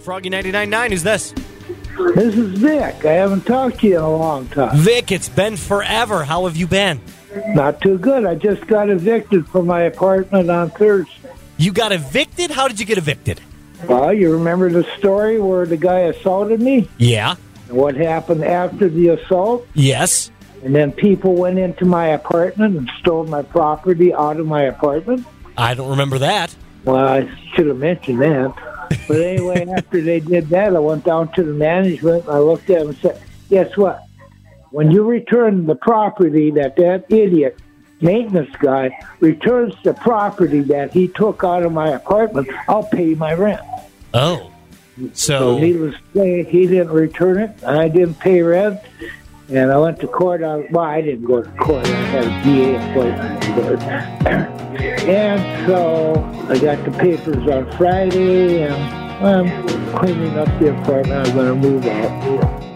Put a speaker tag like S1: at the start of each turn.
S1: Froggy 99.9, who's this?
S2: This is Vic. I haven't talked to you in a long time.
S1: Vic, it's been forever. How have you been?
S2: Not too good. I just got evicted from my apartment on Thursday.
S1: You got evicted? How did you get evicted?
S2: Well, you remember the story where the guy assaulted me?
S1: Yeah.
S2: And what happened after the assault?
S1: Yes.
S2: And then people went into my apartment and stole my property out of my apartment?
S1: I don't remember that.
S2: Well, I should have mentioned that. But anyway, after they did that, I went down to the management and I looked at them and said, Guess what? When you return the property that that idiot maintenance guy returns the property that he took out of my apartment, I'll pay my rent.
S1: Oh.
S2: So
S1: So,
S2: needless to say, he didn't return it. and I didn't pay rent. And I went to court on, well, I didn't go to court. I had a DA appointment. in court. and so I got the papers on Friday and I'm cleaning up the apartment. I'm going to move out.